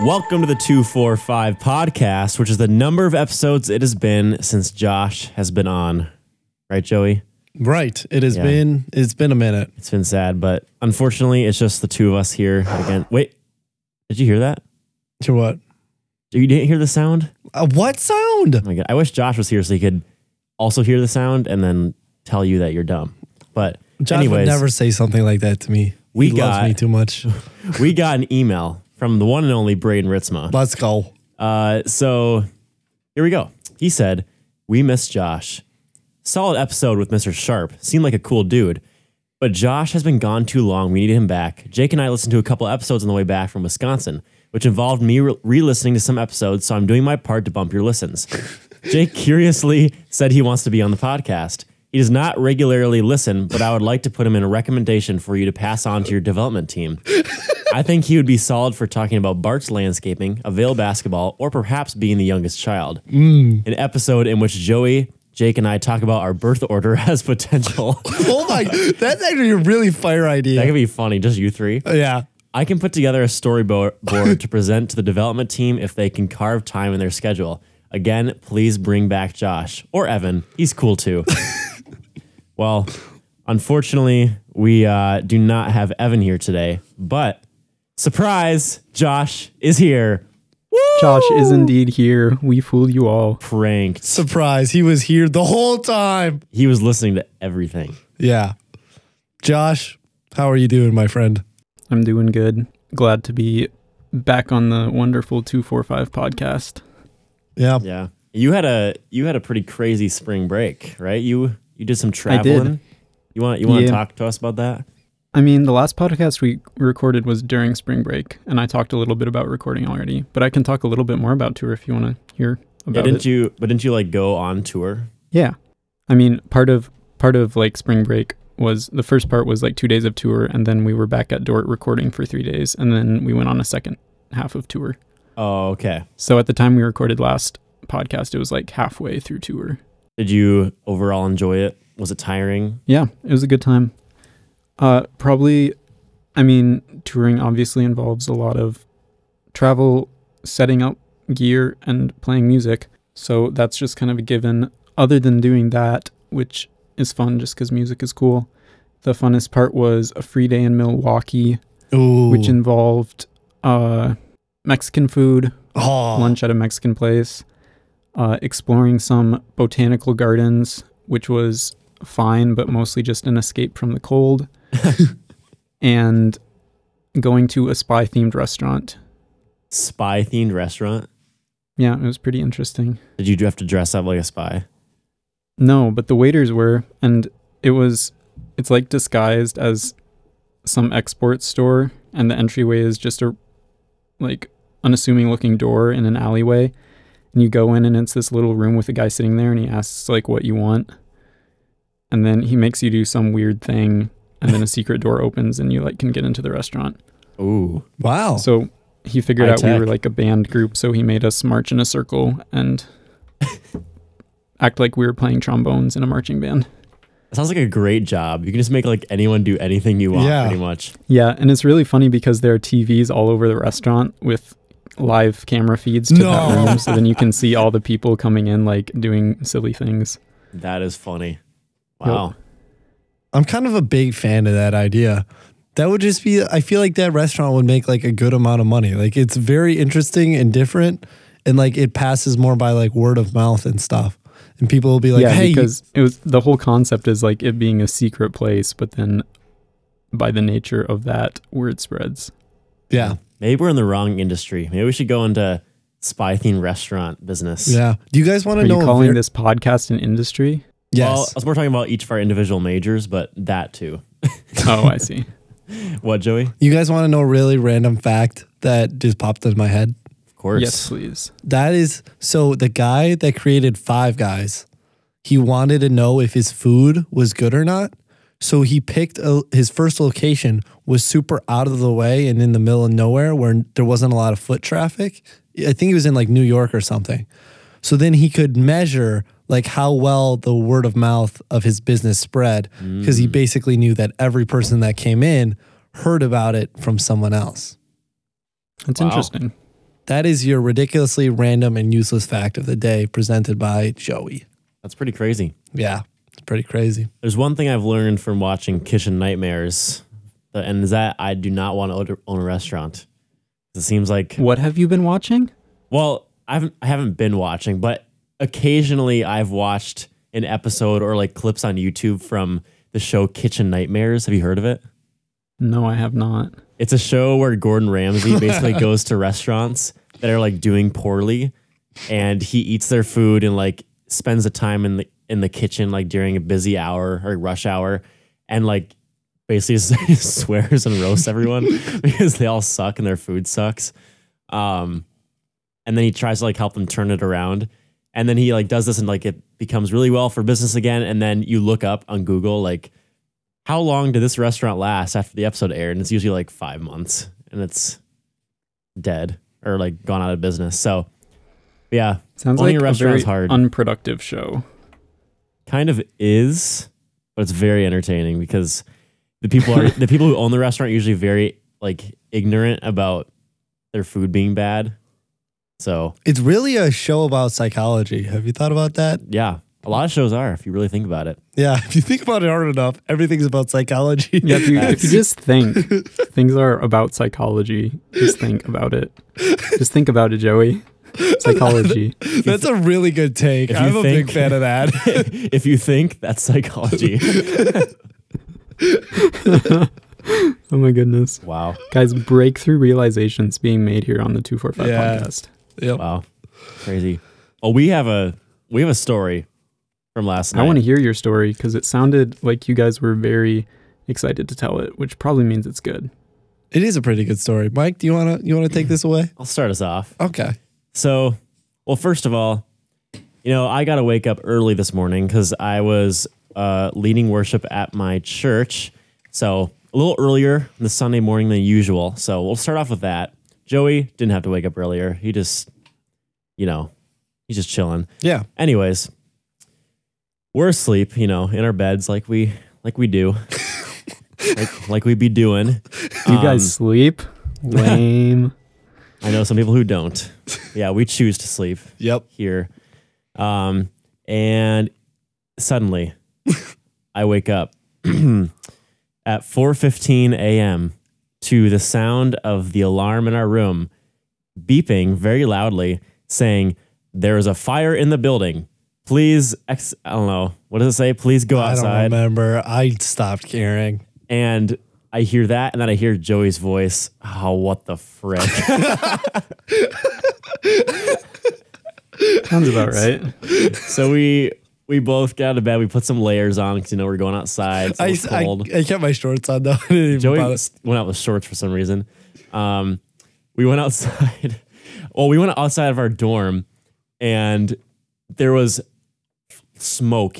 Welcome to the 245 podcast, which is the number of episodes it has been since Josh has been on. Right, Joey? Right. It has Yeah. been it's been a minute. It's been sad, but unfortunately, it's just the two of us here again. Wait, did you hear that? To what? You didn't hear the sound? Uh, what sound? Oh my God. I wish Josh was here so he could also hear the sound and then tell you that you're dumb. But, Josh would anyways, never say something like that to me. We he got- loves me too much. we got an email from the one and only Braden Ritzma. Let's go. Uh, so here we go. He said, We miss Josh. Solid episode with Mr. Sharp. Seemed like a cool dude. But Josh has been gone too long. We need him back. Jake and I listened to a couple episodes on the way back from Wisconsin, which involved me re listening to some episodes. So I'm doing my part to bump your listens. Jake curiously said he wants to be on the podcast. He does not regularly listen, but I would like to put him in a recommendation for you to pass on to your development team. I think he would be solid for talking about Bart's landscaping, Avail basketball, or perhaps being the youngest child. An episode in which Joey, Jake, and I talk about our birth order as potential. that Oh my that's actually a really fire idea. Uh, could be funny, just you three. yeah. I can put together a storyboard board to present to the development team if they can carve time in their schedule. Again, please bring back Josh or Evan. He's cool too. well, unfortunately, we uh, do not have Evan here today, but surprise, Josh is here. Josh is indeed here. We fooled you all. Pranked. Surprise. He was here the whole time. He was listening to everything. Yeah. Josh, how are you doing, my friend? I'm doing good. Glad to be back on the wonderful 245 podcast. Yeah. Yeah, you had a you had a pretty crazy spring break, right? You you did some I traveling. did. You want you want to Yeah. talk to us about that? I mean, the last podcast we recorded was during spring break, and I talked a little bit about recording already, but I can talk a little bit more about tour if you want to hear Yeah, about didn't it. you? But didn't you like go on tour? yeah. I mean, part of part of like spring break was the first part was like 2 days of tour and then we were back at Dort recording for 3 days and then we went on a second half of tour. Oh, okay. So at the time we recorded last podcast, it was like halfway through tour. Did you overall enjoy it? Was it tiring? Yeah, it was a good time. Uh, probably, I mean, touring obviously involves a lot of travel, setting up gear, and playing music. So that's just kind of a given. Other than doing that, which is fun just because music is cool, the funnest part was a free day in Milwaukee, Ooh. which involved uh, Mexican food, oh. lunch at a Mexican place, uh, exploring some botanical gardens, which was fine, but mostly just an escape from the cold, and going to a spy themed restaurant. Spy themed restaurant? Yeah, it was pretty interesting. Did you have to dress up like a spy? No, but the waiters were, and it was, it's like disguised as some export store, and the entryway is just a like unassuming looking door in an alleyway. And you go in, and it's this little room with a guy sitting there, and he asks like what you want, and then he makes you do some weird thing, and then a secret door opens, and you like can get into the restaurant. Ooh, Wow. So he figured High out we tech. were like a band group, so he made us march in a circle and act like we were playing trombones in a marching band. that sounds like a great job. You can just make like anyone do anything you want, Yeah. pretty much. Yeah, and it's really funny because there are TVs all over the restaurant with live camera feeds to that No. room, so then you can see all the people coming in like doing silly things. That is funny. Yep. Wow. I'm kind of a big fan of that idea. That would just be, I feel like that restaurant would make like a good amount of money. Like it's very interesting and different. And like it passes more by like word of mouth and stuff. And people will be like, yeah, hey, you- because it was the whole concept is like it being a secret place, but then by the nature of that, word spreads. yeah, Maybe we're in the wrong industry. Maybe we should go into spy themed restaurant business. yeah. Do you guys want Are to you know? a calling uh ver- this podcast an industry? Yes. Well, I was more talking about each of our individual majors, but that too. Oh, I see. What, Joey? you guys want to know a really random fact that just popped in my head? Of course. Yes, please. That is so the guy that created Five Guys, he wanted to know if his food was good or not. So he picked a, his first location was super out of the way and in the middle of nowhere where there wasn't a lot of foot traffic. I think it was in like New York or something. So then he could measure like how well the word of mouth of his business spread because he basically knew that every person that came in heard about it from someone else. That's Wow. interesting. That is your ridiculously random and useless fact of the day presented by Joey. That's pretty crazy. Yeah, it's pretty crazy. There's one thing I've learned from watching Kitchen Nightmares, uh, and is that I do not want to own a- own a restaurant. It seems like What have you been watching? Well, I haven't I haven't been watching, but occasionally I've watched an episode or like clips on YouTube from the show Kitchen Nightmares. Have you heard of it? No, I have not. It's a show where Gordon Ramsay basically goes to restaurants that are like doing poorly and he eats their food and like spends the time in the in the kitchen like during a busy hour or rush hour and like basically just swears and roasts everyone because they all suck and their food sucks. Um and then he tries to like help them turn it around. And then he like does this and like it becomes really well for business again. And then you look up on Google like how long did this restaurant last after the episode aired? And it's usually like five months and it's dead or like gone out of business. So, yeah, Sounds Owning like a a, restaurant very is hard. unproductive show. kind of is, but it's very entertaining because the people are the people who own the restaurant are usually very like ignorant about their food being bad. So, It's really a show about psychology. Have you thought about that? yeah, a lot of shows are if you really think about it. Yeah, if you think about it hard enough, everything's about psychology. Yeah, if you, if you just think things are about psychology, just think about it. Just think about it, Joey. Psychology. That's a really good take. if you I'm a think- big fan of that. if you think that's psychology. Oh my goodness. wow. Guys, breakthrough realizations being made here on the 245 Yeah. podcast. Yep. Wow, crazy. Well, we have a we have a story from last night. I want to hear your story because it sounded like you guys were very excited to tell it, which probably means it's good. It is a pretty good story. Mike, do you wanna you wanna take this away? I'll start us off. Okay. So, well, first of all, you know, I got to wake up early this morning because I was uh, leading worship at my church. So a little earlier this Sunday morning than usual. So we'll start off with that. Joey didn't have to wake up earlier. He just, you know, he's just chilling. Yeah. Anyways, we're asleep, you know, in our beds like we like we do. like, like we be doing. Do you Um, guys sleep? Lame. I know some people who don't. Yeah, we choose to sleep Yep. here. Um and suddenly I wake up at 4:15 a.m. to the sound of the alarm in our room beeping very loudly saying there is a fire in the building. Please ex- I don't know. What does it say? Please go I outside don't remember. I stopped caring. and I hear that, and then I hear Joey's voice. Oh, what the frick? Sounds about right. so we we both got out of bed. We put some layers on because you know we're going outside. So I, it's I, cold. I kept my shorts on though. I didn't even Joey bother. went out with shorts for some reason. Um, we went outside. well, we went outside of our dorm, and there was smoke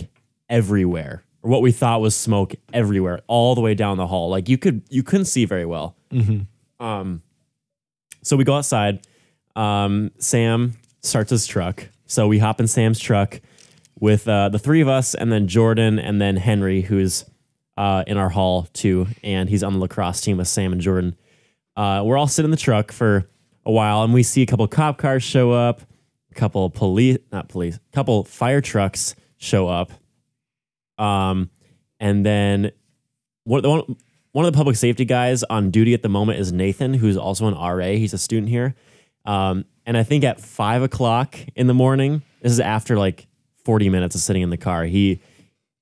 everywhere, or what we thought was smoke everywhere, all the way down the hall. Like you could you couldn't see very well. Mm-hmm. Um, so we go outside. Um, Sam starts his truck, so we hop in Sam's truck with uh, the three of us, and then Jordan, and then Henry, who's uh, in our hall too, and he's on the lacrosse team with Sam and Jordan. Uh, we're all sitting in the truck for a while, and we see a couple cop cars show up, a couple police, not police, a couple fire trucks show up, um, and then one, the one one of the public safety guys on duty at the moment is Nathan, who's also an RA. He's a student here, um, and I think at five o'clock in the morning, this is after like forty minutes of sitting in the car, he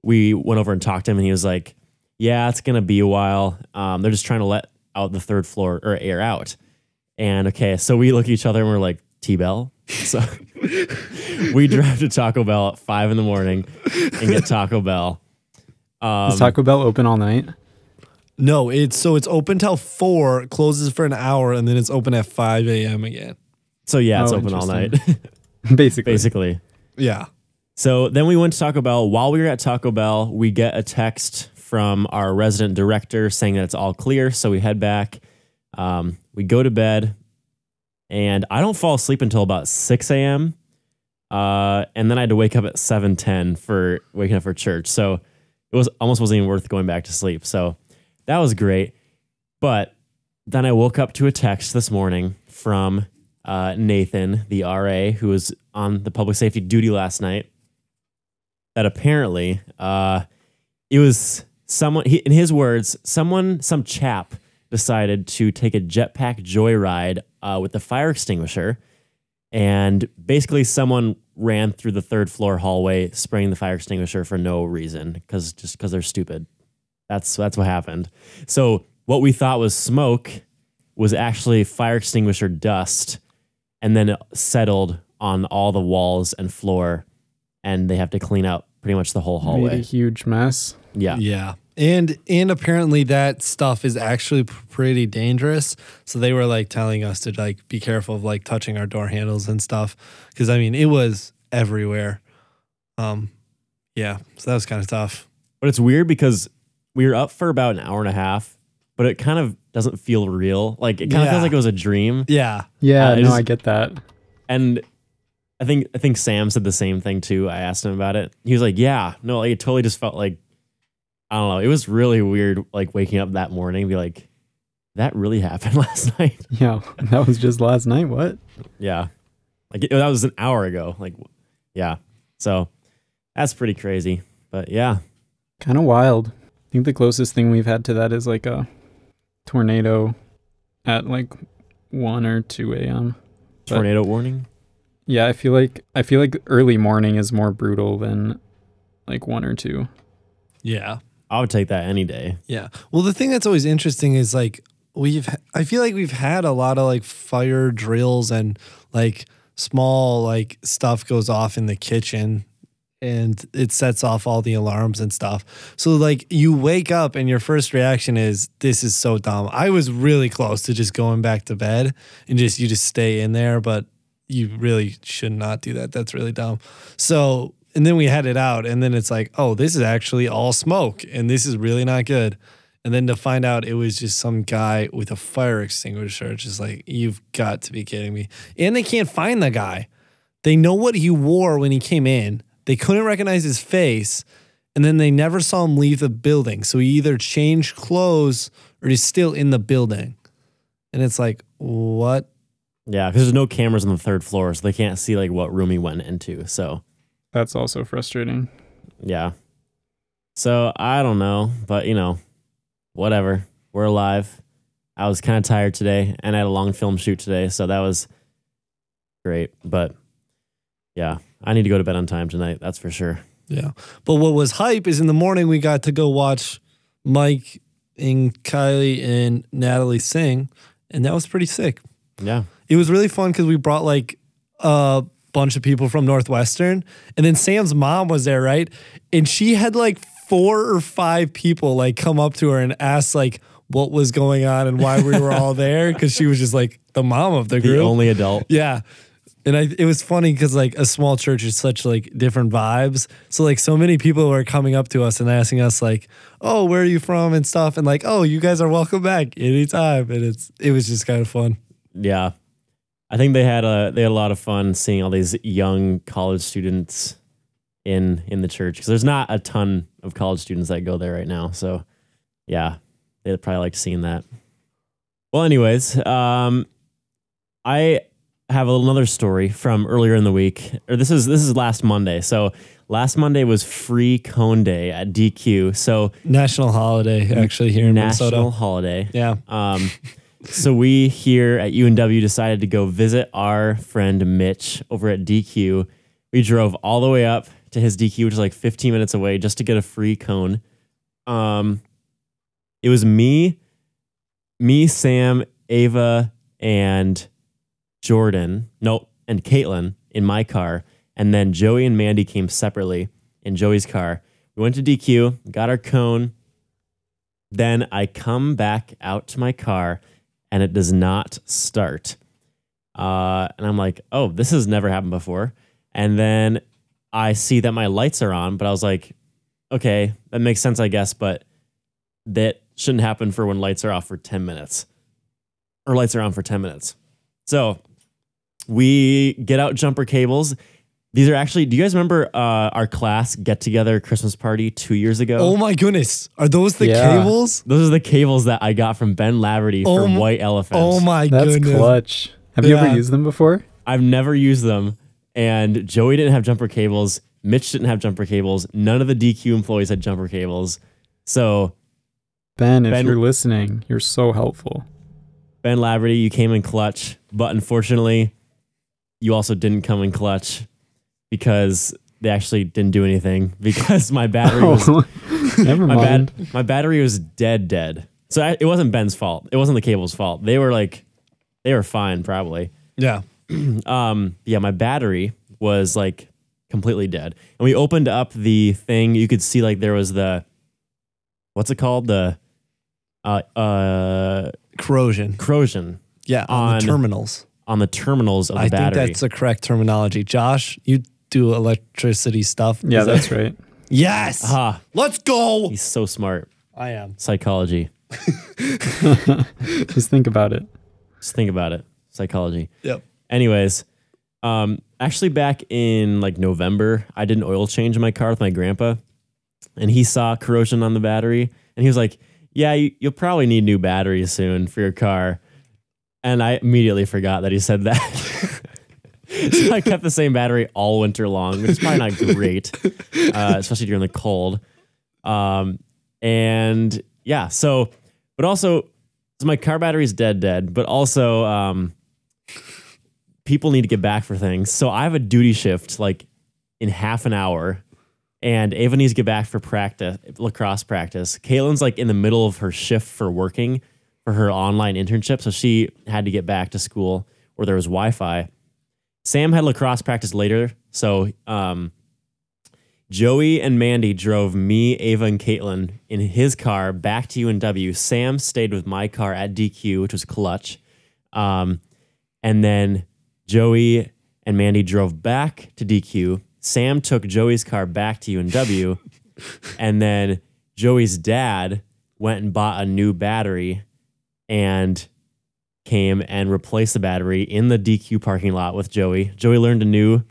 we went over and talked to him, and he was like, "Yeah, it's gonna be a while. Um, they're just trying to let out the third floor or air out." And okay, so we look at each other and we're like, "T Bell." So we drive to Taco Bell at five in the morning and get Taco Bell. Um, Is Taco Bell open all night? No, it's so it's open till four, closes for an hour, and then it's open at five a.m. again. so yeah, it's Oh, open all night, interesting. Basically. basically. Yeah. So then we went to Taco Bell. While we were at Taco Bell, we get a text from our resident director saying that it's all clear. So we head back. Um, we go to bed, and I don't fall asleep until about six a.m. Uh, and then I had to wake up at seven ten for waking up for church. So it was almost wasn't even worth going back to sleep. So that was great. But then I woke up to a text this morning from uh, uh, Nathan, the RA, who was on the public safety duty last night, that apparently uh, it was someone, he, in his words, someone, some chap decided to take a jetpack joyride uh, with the fire extinguisher. And basically, someone ran through the third floor hallway spraying the fire extinguisher for no reason because just because they're stupid. That's that's what happened. So what we thought was smoke was actually fire extinguisher dust, and then it settled on all the walls and floor, and they have to clean up pretty much the whole Made a hallway. huge mess. Yeah, Yeah. And and apparently that stuff is actually p- pretty dangerous. So they were like telling us to like be careful of like touching our door handles and stuff cuz I mean it was everywhere. Um yeah, so that was kind of tough. but it's weird because we were up for about an hour and a half, but it kind of doesn't feel real. Like it kind of Yeah. feels like it was a dream. Yeah. Yeah, Uh, it no, is- I get that. And I think I think Sam said the same thing too. I asked him about it. He was like, "Yeah, no, like, it totally just felt like I don't know. It was really weird, like waking up that morning, and be like, that really happened last night. Yeah, that was just last night. What? yeah, like it, that was an hour ago. Like, yeah. So that's pretty crazy. But yeah, Kind of wild. I think the closest thing we've had to that is like a tornado at like 1 or 2 a.m. But- tornado warning. Yeah, I feel like I feel like early morning is more brutal than like 1 or 2. Yeah. I would take that any day. Yeah. Well, the thing that's always interesting is like we've I feel like we've had a lot of like fire drills and like small like stuff goes off in the kitchen and it sets off all the alarms and stuff. So like you wake up and your first reaction is this is so dumb. I was really close to just going back to bed and just you just stay in there but you really should not do that. That's really dumb. So, and then we had it out, and then it's like, oh, this is actually all smoke, and this is really not good. And then to find out it was just some guy with a fire extinguisher, it's just like, you've got to be kidding me. And they can't find the guy. They know what he wore when he came in, they couldn't recognize his face, and then they never saw him leave the building. So he either changed clothes or he's still in the building. And it's like, what Yeah, because there's no cameras on the third floor, so they can't see like what room he went into. So That's also frustrating. yeah. So I don't know, but you know, whatever. We're alive. I was kind of tired today, and I had a long film shoot today, so that was great. But yeah, I need to go to bed on time tonight. That's for sure. Yeah. But what was hype is in the morning we got to go watch Mike and Kylie and Natalie sing, and that was pretty sick. Yeah, It was really fun because we brought like a bunch of people from Northwestern, and then Sam's mom was there, right? And she had like four or five people like come up to her and ask like what was going on and why we were all there because she was just like the mom of the the group. only adult. Yeah. And I, it was funny because like a small church is such like different vibes. So like so many people were coming up to us and asking us like, "Oh, where are you from?" and stuff, and like, "Oh, you guys are welcome back anytime." And it's it was just kind of fun. Yeah, I think they had a they had a lot of fun seeing all these young college students in in the church because there's not a ton of college students that go there right now. So yeah, they probably liked seeing that. Well, anyways, um, I have another story from earlier in the week, or this is this is last Monday. So last Monday was Free Cone Day at DQ. So National holiday actually here in national Minnesota. holiday. Yeah, Um, so we here at UNW decided to go visit our friend Mitch over at DQ. We drove all the way up to his DQ, which is like 15 minutes away, just to get a free cone. Um, it was me, me, Sam, Ava, and Jordan. No, and Caitlin in my car, and then Joey and Mandy came separately in Joey's car. We went to DQ, got our cone. Then I come back out to my car and it does not start. Uh, and I'm like, oh, this has never happened before. And then I see that my lights are on, but I was like, okay, that makes sense, I guess, but that shouldn't happen for when lights are off for 10 minutes or lights are on for 10 minutes. So we get out jumper cables. These are actually, do you guys remember uh, our class get together Christmas party two years ago? Oh my goodness, are those the Yeah. cables? Those are the cables that I got from Ben Laverty Oh for m- White Elephant. Oh my That's goodness. clutch. Have you ever Yeah. used them before? I've never used them. And Joey didn't have jumper cables. Mitch didn't have jumper cables. None of the DQ employees had jumper cables. So Ben, if Ben- you're listening, you're so helpful. Ben Laverty, you came in clutch, but unfortunately, you also didn't come in clutch because they actually didn't do anything because my battery was Oh, never my mind. bad my battery was dead dead. So I, it wasn't Ben's fault. It wasn't the cable's fault. They were like they were fine probably. Yeah. Um yeah, my battery was like completely dead. And we opened up the thing, you could see like there was the what's it called? The uh uh Corrosion. corrosion Yeah. On, On the terminals. on the terminals of the I battery. think that's the correct terminology. Josh, you do electricity stuff. Yeah, Is that- that's right. yes. Ah, Let's go. he's so smart. I am. Psychology. Just think about it. Just think about it. Psychology. Yep. Anyways, um, actually back in like November, I did an oil change in my car with my grandpa, and he saw corrosion on the battery, and he was like, "Yeah, you, you'll probably need new batteries soon for your car." And I immediately forgot that he said that. so I kept the same battery all winter long, which is probably not great, uh, especially during the cold. Um, and yeah, so, but also, so my car battery's dead, dead, but also, um, people need to get back for things. So I have a duty shift like in half an hour, and Ava needs to get back for practice, lacrosse practice. Caitlin's like in the middle of her shift for working for her online internship, so she had to get back to school where there was Wi Fi. Sam had lacrosse practice later, so um, Joey and Mandy drove me, Ava, and Caitlin in his car back to UNW. Sam stayed with my car at DQ, which was clutch. Um, and then Joey and Mandy drove back to DQ. Sam took Joey's car back to UNW. and then Joey's dad went and bought a new battery and came and replaced the battery in the DQ parking lot with Joey. Joey learned a new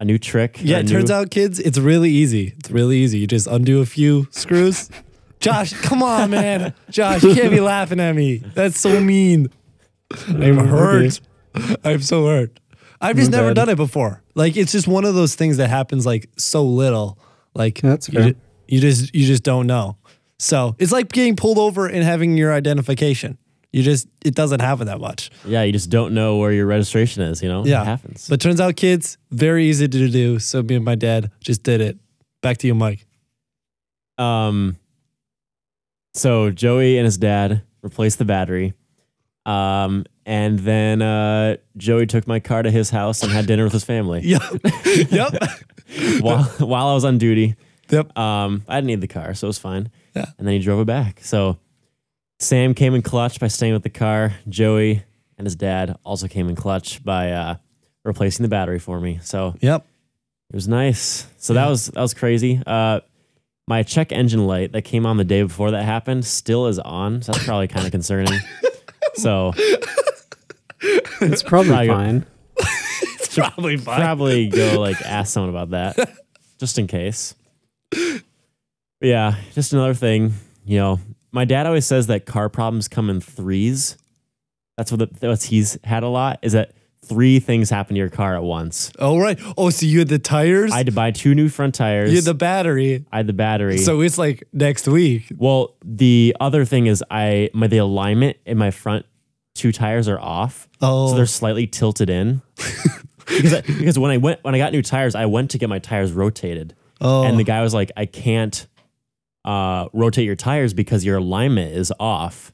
a new trick. Yeah, it turns out, kids, it's really easy. It's really easy. You just undo a few screws. Josh, come on, man. Josh, you can't be laughing at me. That's so mean. I'm hurt. I'm so hurt. I've just My never bad. done it before. Like it's just one of those things that happens like so little. Like Yeah, that's you, fair. ju- you just you just don't know. So it's like getting pulled over and having your identification. You just it doesn't happen that much. Yeah, you just don't know where your registration is, you know? Yeah. It happens. But turns out, kids, very easy to do. So me and my dad just did it. Back to you, Mike. Um, so Joey and his dad replaced the battery. Um, and then uh, Joey took my car to his house and had dinner with his family Yep. yep. while, while I was on duty. Yep. Um, I didn't need the car, so it was fine. Yeah. And then he drove it back. So Sam came in clutch by staying with the car. Joey and his dad also came in clutch by uh, replacing the battery for me. So Yep. It was nice. So that was that was crazy. Uh, my check engine light that came on the day before that happened still is on. So that's probably kind of concerning. So It's probably Right. fine. Probably fine. probably go like ask someone about that, just in case. But yeah, just another thing. You know, my dad always says that car problems come in threes. That's what the, that's he's had a lot is that three things happen to your car at once. All right. Oh, so you had the tires. I had to buy two new front tires. you had the battery. I had the battery. So it's like next week. Well, the other thing is I my the alignment in my front two tires are off. Oh. So they're slightly tilted in. because I, because when I went when I got new tires, I went to get my tires rotated. Oh. And the guy was like, "I can't uh, rotate your tires because your alignment is off."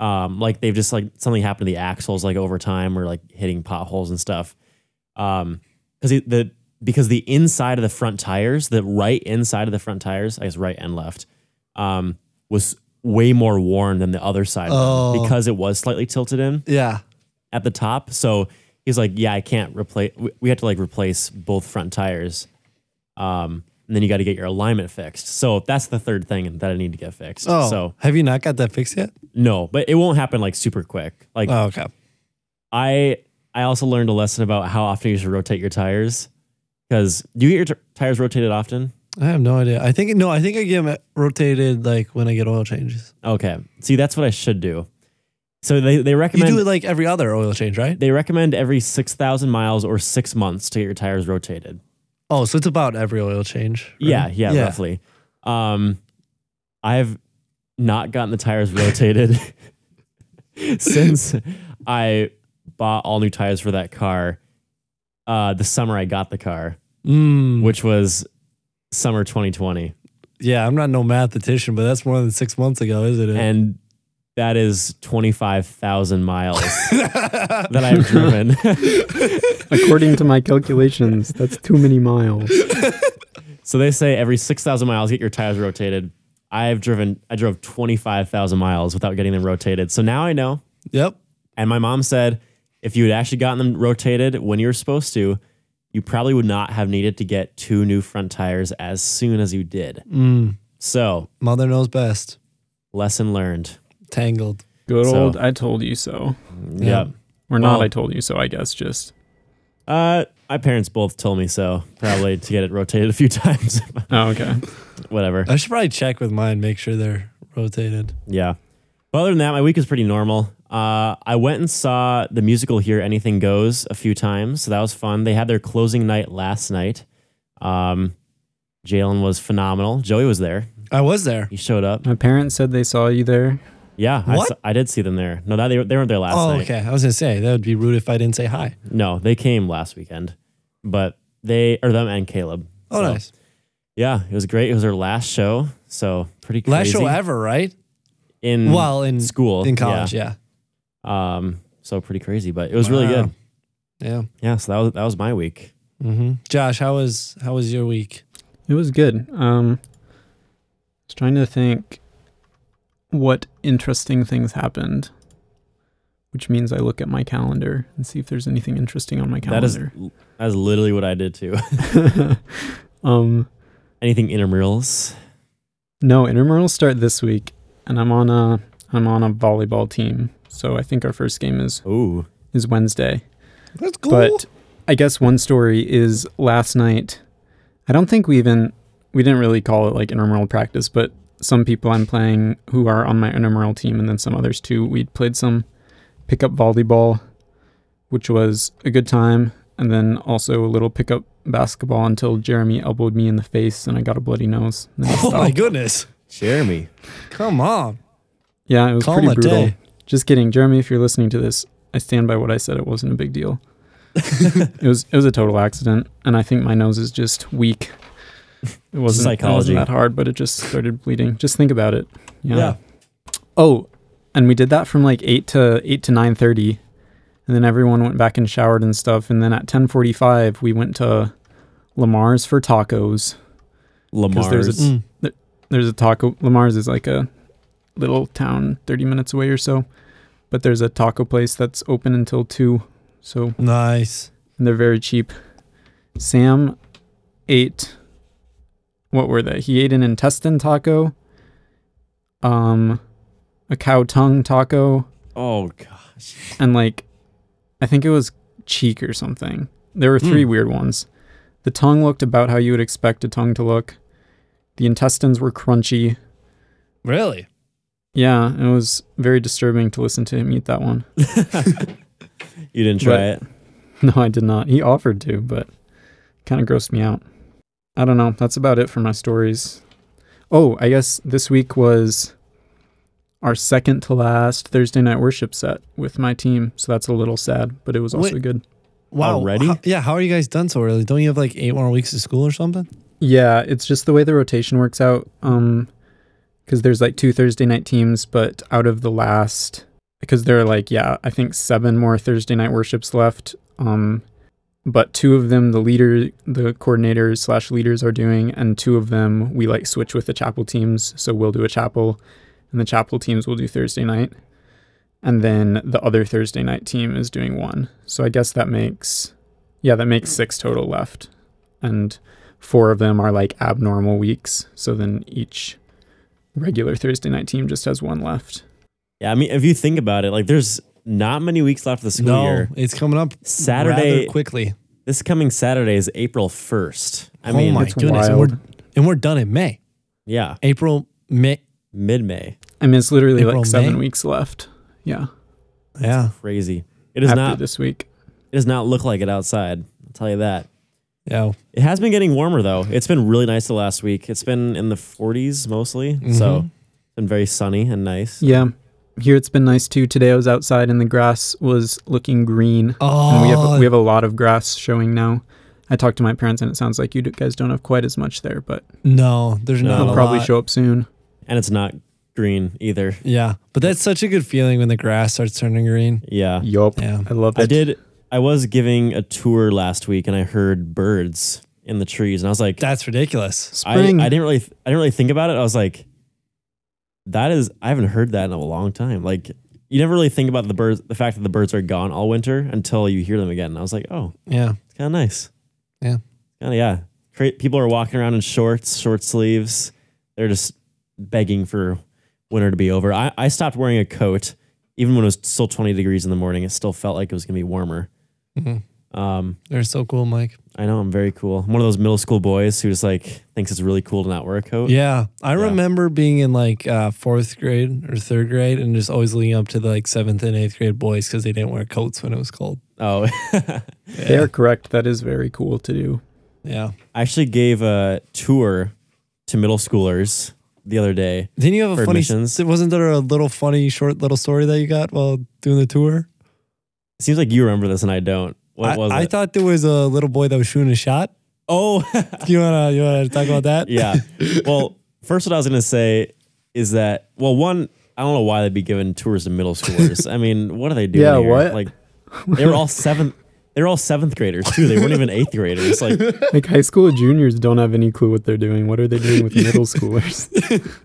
Um, like they've just like something happened to the axles like over time or like hitting potholes and stuff. Um, because the because the inside of the front tires, the right inside of the front tires, I guess right and left, um, was way more worn than the other side of them Oh. because it was slightly tilted in yeah. at the top. So he's like, "Yeah, I can't replace. We, we have to like replace both front tires, um, and then you got to get your alignment fixed." So that's the third thing that I need to get fixed. Oh. So have you not got that fixed yet? no, but it won't happen like super quick. Like Oh, okay. I, I also learned a lesson about how often you should rotate your tires because do you get your t- tires rotated often? I have no idea. I think no. I think I get 'em rotated like when I get oil changes. Okay, see, that's what I should do. So they, they You recommend do it like every other oil change, right? they recommend every six thousand miles or six months to get your tires rotated. Oh, so it's about every oil change. right? Yeah, yeah, Yeah. roughly. Um, I've not gotten the tires rotated since I bought all new tires for that car. Uh, the summer I got the car, Mm, which was summer 2020, yeah, I'm not no mathematician, but that's more than six months ago, isn't it? and that is 25,000 miles that I've driven. According to my calculations, that's too many miles. so they say every 6,000 miles get your tires rotated. I've driven I drove 25,000 miles without getting them rotated. So now I know yep. And my mom said, if you had actually gotten them rotated when you were supposed to, you probably would not have needed to get two new front tires as soon as you did. Mm, So, mother knows best. lesson learned. Tangled. Good So- old I told you so. Yep. Or not Well- I told you so, I guess just Uh, my parents both told me so, probably to get it rotated a few times. Oh okay. Whatever. I should probably check with mine, make sure they're rotated. Yeah. But other than that, my week was pretty normal. Uh, I went and saw the musical Here Anything Goes a few times. So that was fun. They had their closing night last night. Um, Jalen was phenomenal. Joey was there. I was there. He showed up. My parents said they saw you there. Yeah, I, What? saw- I did see them there. No, that, they, they weren't there last oh, night. okay. I was gonna say that would be rude if I didn't say hi. No, they came last weekend, but they or them and Caleb. Oh, So, nice. Yeah, it was great. It was their last show, so pretty crazy. Last show ever, right? in well, in Mm. school in college, yeah, yeah. Um, so pretty crazy, but it was really Wow. good. yeah. Yeah, so that was that was my week. hmm Josh, how was how was your week? It was good. Um I was trying to think what interesting things happened. Which means I look at my calendar and see if there's anything interesting on my That is calendar. that is literally what I did too. um Anything intramurals? No, intramurals start this week, and I'm on a I'm on a volleyball team. So I think our first game is Ooh, is Wednesday. That's cool. But I guess one story is last night. I don't think we even we didn't really call it like intramural practice, but some people I'm playing who are on my intramural team, and then some others too. We played some pickup volleyball, which was a good time, and then also a little pickup basketball until Jeremy elbowed me in the face and I got a bloody nose. And then I oh my stopped. goodness, Jeremy. come on, Yeah, it was call him pretty a brutal. day. Just kidding, Jeremy. If you're listening to this, I stand by what I said. It wasn't a big deal. it was it was a total accident, and I think my nose is just weak. It wasn't, it Psychology. wasn't that hard, but it just started bleeding. Just think about it. Yeah. Yeah. Oh, and we did that from like eight to eight to nine thirty, and then everyone went back and showered and stuff. And then at ten forty five, we went to Lamar's for tacos. there's a- Lamar's. Mm. there's a taco Lamar's is like a little town 30 minutes away or so but there's a taco place that's open until 2 so Nice. and they're very cheap Sam ate what were they he ate an intestine taco um a cow tongue taco oh gosh. and like I think it was cheek or something. There were three weird ones. The tongue looked about how you would expect a tongue to look. The intestines were crunchy. Really? Yeah, and it was very disturbing to listen to him eat that one. You didn't try it. No, I did not. He offered to, but kind of grossed me out. I don't know. That's about it for my stories. Oh, I guess this week was our second to last Thursday night worship set with my team. So that's a little sad, but it was also Wait. good. Wow. Already? How- yeah. How are you guys done so early? Don't you have like eight more weeks of school or something? Yeah, it's just the way the rotation works out. Um, because there's like two Thursday night teams, but out of the last, because there are like yeah, I think seven more Thursday night worships left. Um, but two of them the leader, the coordinators slash leaders are doing, and two of them we like switch with the chapel teams. So we'll do a chapel, and the chapel teams will do Thursday night, and then the other Thursday night team is doing one. So I guess that makes, yeah, that makes six total left, and four of them are like abnormal weeks. So then each regular Thursday night team just has one left. Yeah, I mean, if you think about it, like there's not many weeks left of the school no, year. it's coming up Saturday, rather quickly. this coming Saturday is April 1st. I mean, oh my it's goodness, and wild. we're and we're done in May, yeah, April, May. mid May. I mean, it's literally April, like seven May? weeks left. Yeah. Yeah. Crazy. It does after not. this week. It does not look like it outside. I'll tell you that. Yeah. It has been getting warmer though. It's been really nice the last week. It's been in the 40s mostly, so Mm-hmm. it's been very sunny and nice. Yeah. Here it's been nice too. Today I was outside and the grass was looking green. Oh, And we have we have a lot of grass showing now. I talked to my parents and it sounds like you d- guys don't have quite as much there, but Oh, no, there's No. no, it'll not a probably lot. show up soon. And it's not green either. Yeah, but that's such a good feeling when the grass starts turning green. Yeah. Yup. Yeah. I love it. I did I was giving a tour last week and I heard birds in the trees and I was like That's ridiculous. I, I Spring. didn't really I didn't really think about it. I was like that is I haven't heard that in a long time. Like you never really think about the birds the fact that the birds are gone all winter until you hear them again. And I was like, "Oh, Yeah. it's kind of nice." Yeah. Kinda, yeah. Cra- people are walking around in shorts, short sleeves. They're just begging for winter to be over. I, I stopped wearing a coat even when it was still 20 degrees in the morning. It still felt like it was going to be warmer. Mhm. Um, They're so cool, Mike. I know I'm very cool. I'm one of those middle school boys who just like thinks it's really cool to not wear a coat. Yeah. I Yeah. remember being in like uh, fourth grade or third grade and just always looking up to the like seventh and eighth grade boys because they didn't wear coats when it was cold. Oh, They are correct. That is very cool to do. Yeah. I actually gave a tour to middle schoolers the other day. Then you have a For funny. admissions. Wasn't there a little funny short little story that you got while doing the tour? It seems like you remember this and I don't. What I, was I it? thought there was a little boy that was shooting a shot. oh, You wanna you wanna talk about that? yeah. Well, first, what I was going to say is that, well, one, I don't know why they'd be giving tours to middle schoolers. I mean, what are they doing? Yeah, here? what? Like, they were all seventh. They were all seventh graders too. They weren't even eighth graders. Like, Like high school juniors don't have any clue what they're doing. What are they doing with middle schoolers?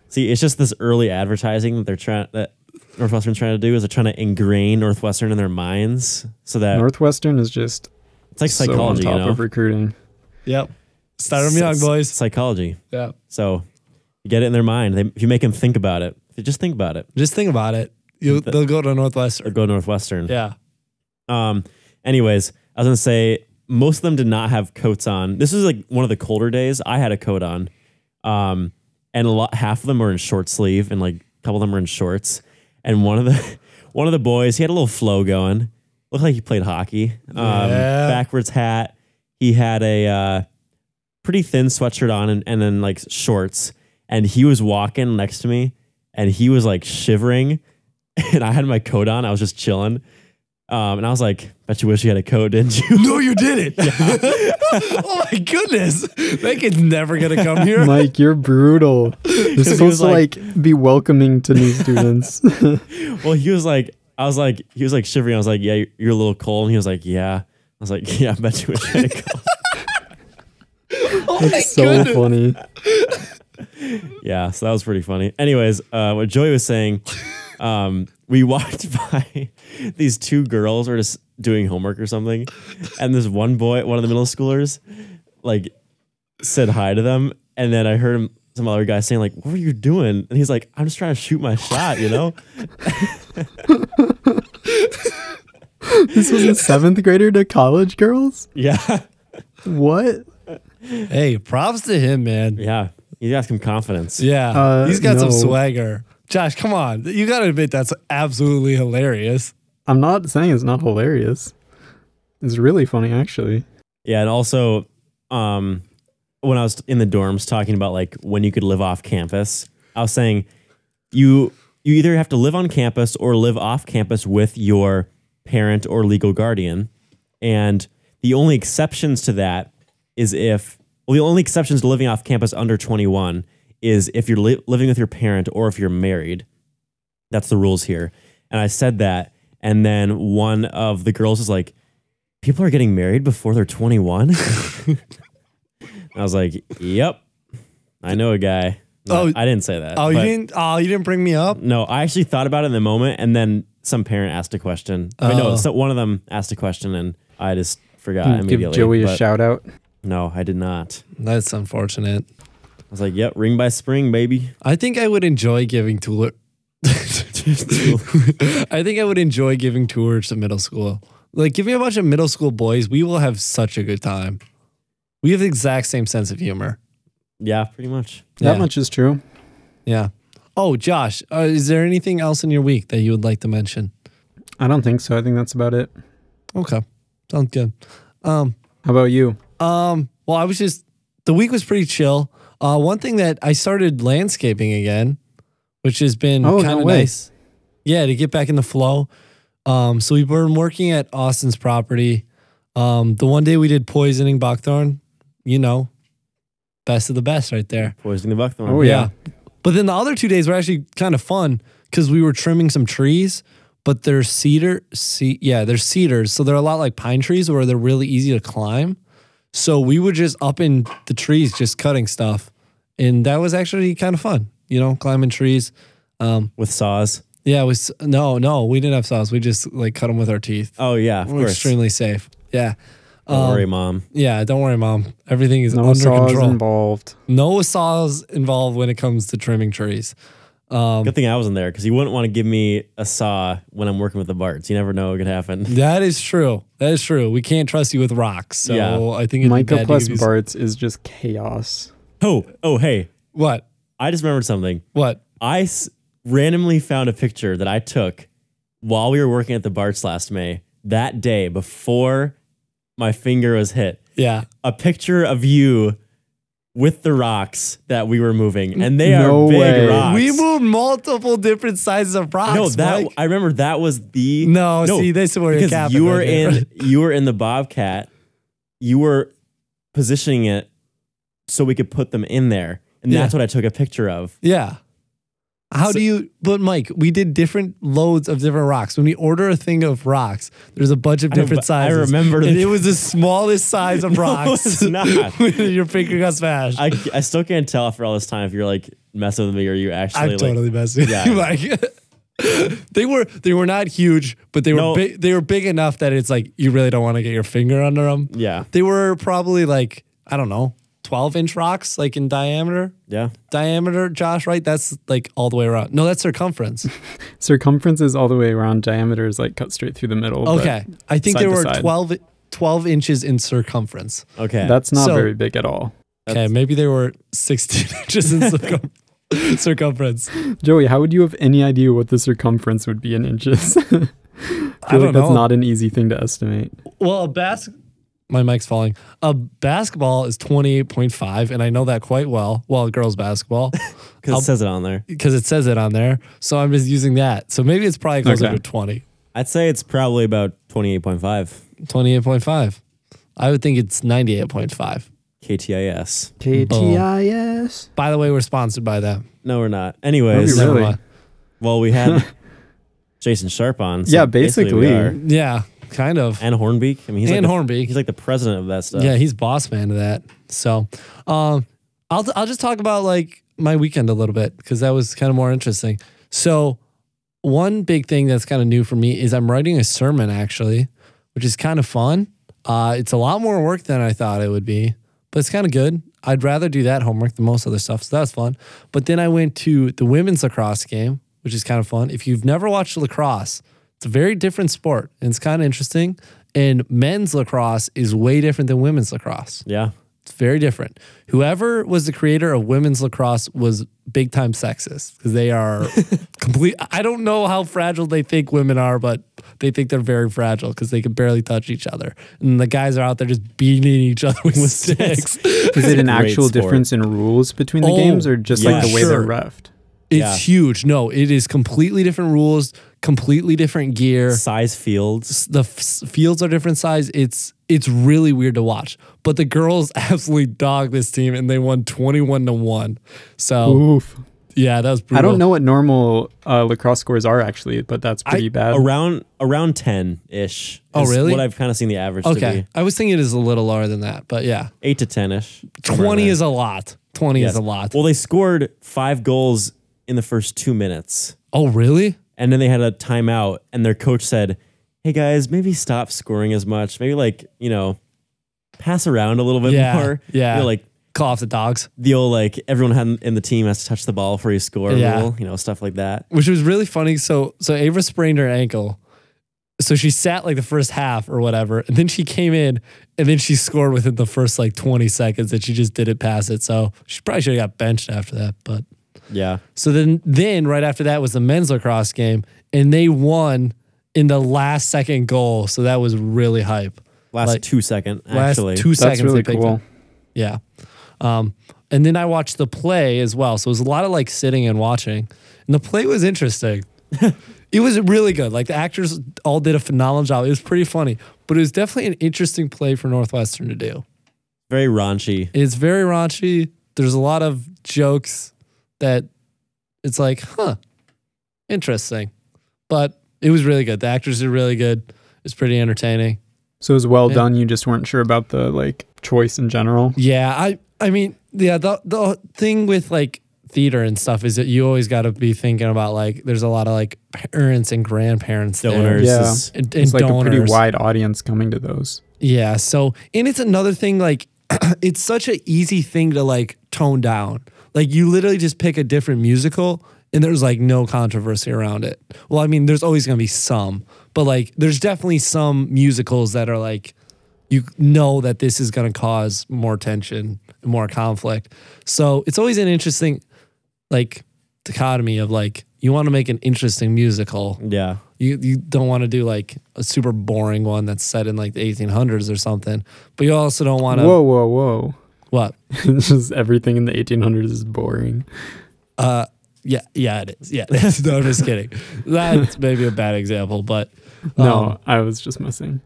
see, it's just this early advertising that they're trying that Northwestern's trying to do is they're trying to ingrain Northwestern in their minds so that Northwestern is just it's like so on psychology, top you know, of recruiting. Yep. Start 'em young, It's boys. Psychology. Yeah. So you get it in their mind. They, if you make them think about it, if you just think about it, Just think about it. You The- they'll go to or Northwestern. go Northwestern. Yeah. Um, anyways, I was gonna say most of them did not have coats on. This was like one of the colder days. I had a coat on, um, and a lot half of them were in short sleeve, and like a couple of them were in shorts. And one of the one of the boys, he had a little flow going. Looked like he played hockey. Um, Yeah. Backwards hat. He had a uh, pretty thin sweatshirt on, and, and then like shorts. And he was walking next to me, and he was like shivering. And I had my coat on. I was just chilling. Um, and I was like, "Bet you wish you had a coat, didn't you?" No, you did it. oh my goodness. That kid's never gonna come here. Mike, you're brutal. You're supposed was to like- like be welcoming to new students. well, he was like, I was like, he was like shivering. I was like, "Yeah, you're a little cold." And he was like, "Yeah." I was like, "Yeah, I bet you wish you had a coat." oh my That's so funny. yeah, so that was pretty funny. Anyways, uh, what Joey was saying, um, we walked by these two girls were just doing homework or something, and this one boy, one of the middle schoolers, like said hi to them, and then I heard him. Some other guy saying like, "What were you doing?" And he's like, "I'm just trying to shoot my shot," you know. This was a seventh grader to college girls? yeah, What? Hey, props to him, man. Yeah. Yeah. You got some confidence. Uh, He's got some no. swagger. Josh, come on. You gotta admit that's absolutely hilarious. I'm not saying it's not hilarious. It's really funny, actually. Yeah. And also, um, when I was in the dorms talking about like when you could live off campus, I was saying you you either have to live on campus or live off campus with your parent or legal guardian. And the only exceptions to that is if well, the only exceptions to living off campus under 21 is if you're li- living with your parent or if you're married. That's the rules here. And I said that. And then one of the girls was like, people are getting married before they're 21. I was like, yep, I know a guy. No, Oh. I didn't say that. Oh, you but- didn't oh you didn't bring me up? No, I actually thought about it in the moment, and then some parent asked a question. I mean, Oh. no, so one of them asked a question, and I just forgot Give Uh, immediately. Joey a but shout out. No, I did not. That's unfortunate. I was like, yep, ring by spring, baby. I think I would enjoy giving tour. I think I would enjoy giving tours to middle school. Like, give me a bunch of middle school boys. We will have such a good time. We have the exact same sense of humor. Yeah, pretty much. Yeah. That much is true. Yeah. Oh, Josh, uh, is there anything else in your week that you would like to mention? I don't think so. I think that's about it. Okay. Sounds good. Um, How about you? Um, well, I was just the week was pretty chill. Uh, one thing that I started landscaping again, which has been Oh, kind no of way. nice. Yeah, to get back in the flow. Um, so we've been working at Austin's property. Um, the one day we did poisoning Buckthorn, you know, best of the best right there. Poisoning the buckthorn. Oh, yeah. But then the other two days were actually kind of fun because we were trimming some trees, but they're cedar, ce- yeah, they're cedars. So they're a lot like pine trees where they're really easy to climb. So we were just up in the trees, just cutting stuff. And that was actually kind of fun, you know, climbing trees. Um, With saws. yeah, it was no, no, we didn't have saws. We just like cut them with our teeth. Oh yeah, of We're course. extremely safe. Yeah. Don't Um, worry, mom. Yeah, don't worry, mom. Everything is No under saws control. involved. no saws involved when it comes to trimming trees. um, Good thing I wasn't there because you wouldn't want to give me a saw when I'm working with the Barts. You never know what could happen. That is true. That is true. We can't trust you with rocks. So Yeah. I think it'd be Micah bad to plus give you- Bart's is just chaos. Oh, oh, hey, What? I just remembered something. What? I s- randomly found a picture that I took while we were working at the Barts last May. That day before my finger was hit, Yeah. a picture of you with the rocks that we were moving, and they No are big way. rocks. We moved multiple different sizes of rocks. No, that Mike. I remember. That was the No, see, this is where it because happened you right were here. in you were in the Bobcat. You were positioning it so we could put them in there, and that's what I took a picture of. Yeah. How do you? But Mike, we did different loads of different rocks. When we order a thing of rocks, there's a bunch of know, different but I sizes. remember and the- it was the smallest size of rocks. it's not. Your finger got smashed. I, I still can't tell after all this time if you're like messing with me or you actually I'm like totally messing with Yeah. you, Mike. they were they were not huge, but they were No. big. They were big enough that it's like you really don't want to get your finger under them. yeah They were probably like I don't know, twelve inch rocks, like in diameter. yeah Diameter, Josh, right? That's like all the way around. No, that's circumference. Circumference is all the way around. Diameter is like cut straight through the middle. but Okay, I think side there to were side. 12, 12 inches in circumference. okay That's not So- very big at all. Okay, maybe they were sixteen inches in circum- circumference. Joey, how would you have any idea what the circumference would be in inches? I I feel like don't that's know. not an easy thing to estimate. Well, a bas- my mic's falling. A basketball is 28.5 and I know that quite well. Well, girls basketball because it says it on there. because it says it on there. So I'm just using that. So maybe it's probably closer Okay. to 20. I'd say it's probably about twenty eight point five 28.5. I would think it's 98.5. KTIS. KTIS. By the way, we're sponsored by them. No, we're not. That'd Anyways, be Really? Never mind. well we had Jason Sharp on. so Yeah, we basically. are. Yeah, kind of. and Hornbeak. I mean, he's And like the- Hornbeak. He's like the president of that stuff. uh, Yeah, he's boss man of that. So, um, I'll I'll just talk about like my weekend a little bit because that was kind of more interesting. So, one big thing that's kind of new for me is I'm writing a sermon actually, which is kind of fun. Uh, it's a lot more work than I thought it would be, but it's kind of good. I'd rather do that homework than most other stuff, so that's fun. But then I went to the women's lacrosse game, which is kind of fun. If you've never watched lacrosse, it's a very different sport and it's kind of interesting. And men's lacrosse is way different than women's lacrosse. Yeah. It's very different. Whoever was the creator of women's lacrosse was big time sexist because they are complete. I don't know how fragile they think women are, but they think they're very fragile because they can barely touch each other. And the guys are out there just beating each other with, sticks. Is it an Great actual sport. difference in rules between the Oh, games or just like yeah, the way they're sure. refed? It's Yeah. huge. No, it is completely different rules, completely different gear. Size fields. s- the f- fields are different size. It's it's really weird to watch. But the girls absolutely dogged this team, and they won twenty one to one. So Oof. yeah, that was I brutal. don't know what normal uh, lacrosse scores are actually, but that's pretty bad. Around around ten ish. Oh, really? What I've kind of seen the average to Okay, be I was thinking it is a little lower than that, but yeah, eight to ten ish. twenty is a lot. Twenty is a lot. Well, they scored five goals in the first two minutes, oh really? and then they had a timeout, and their coach said, "Hey guys, maybe stop scoring as much. Maybe like you know, pass around a little bit Yeah, more. yeah. You know, like." Call off the dogs, The old like everyone had in the team has to touch the ball before you score Yeah. rule, you know, stuff like that. which was really funny. So so Ava sprained her ankle. So she sat like the first half or whatever, and then she came in, and then she scored within the first like twenty seconds, and she just didn't pass it. So she probably should have got benched after that. But Yeah. So then, then right after that was the men's lacrosse game, and they won in the last second goal. So that was really hype. Last Like- two second, Last actually. two That's seconds. really they picked cool. it. Yeah. Um, and then I watched the play as well. So it was a lot of like sitting and watching. And the play was interesting. it was really good. Like the actors all did a phenomenal job. It was pretty funny, but it was definitely an interesting play for Northwestern to do. Very raunchy. It's very raunchy. There's a lot of jokes that it's like, huh, interesting. But it was really good. The actors are really good. It's pretty entertaining. So it was well Yeah. done. You just weren't sure about the like choice in general. Yeah, I I mean, yeah, the the thing with like theater and stuff is that you always got to be thinking about like there's a lot of like parents and grandparents there. Donors. Yeah. is- and, and It's like donors. a pretty wide audience coming to those. Yeah, so and it's another thing like it's such an easy thing to like tone down. Like you literally just pick a different musical and there's like no controversy around it. Well, I mean, there's always going to be some, but like there's definitely some musicals that are like you know that this is going to cause more tension and more conflict. So it's always an interesting like dichotomy of like you want to make an interesting musical Yeah. you you don't want to do like a super boring one that's set in like the 1800s or something, but you also don't want to Whoa, whoa, whoa! what? just everything in the 1800s is boring. Uh, yeah, yeah, it is. Yeah, no, I'm just kidding. That's maybe a bad example, but No, Um, I was just messing.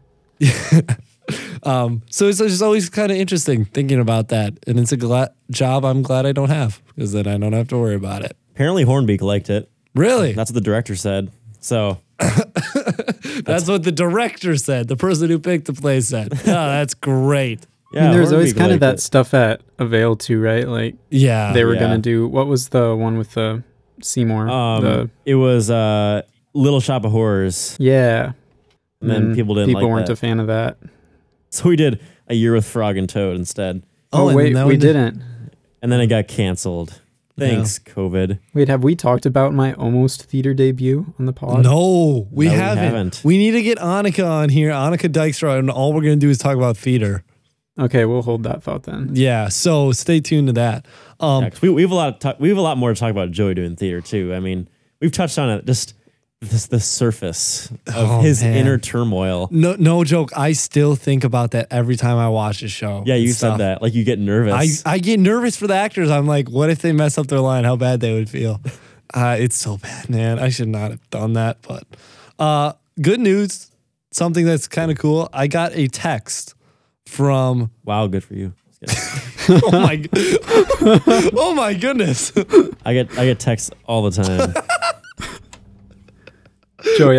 um, so it's just always kind of interesting thinking about that, and it's a gla- job I'm glad I don't have because then I don't have to worry about it. Apparently Hornbeak liked it. Really, That's what the director said. So that's what the director said. The person who picked the play said, "Oh, that's great." yeah, I mean, there's always Hornbeak kind of liked that it. stuff at Avail too, right? Like Uh, Yeah, they were yeah. gonna do what was the one with the Seymour? Um, the, it was uh, Little Shop of Horrors, yeah. and then Mm-hmm. Mm, people didn't People like weren't that. a fan of that. so we did a year with Frog and Toad instead, Oh, Oh, and wait, that we one did- didn't. and then it got canceled. Thanks, COVID. Wait, have we talked about my almost theater debut on the No, pod? we No, we haven't. we haven't. need to get Annika on here, Annika Dykstra, and all we're going to do is talk about theater. Okay, we'll hold that thought then. Yeah, so stay tuned to that. Um, Yeah, 'cause we, we have a lot. Of talk, we have a lot more to talk about Joey doing theater too. I mean, we've touched on it. Just this the surface of Oh, his man. inner turmoil. no, no joke. I still think about that every time I watch a show. Yeah, and you stuff. said that. Like you get nervous. I, I get nervous for the actors. I'm like, what if they mess up their line? How bad they would feel. Uh, it's so bad, man. I should not have done that. But uh, good news, something that's kind of cool. I got a text from wow, good for you. oh my, g- oh my goodness. I get I get texts all the time. Joey,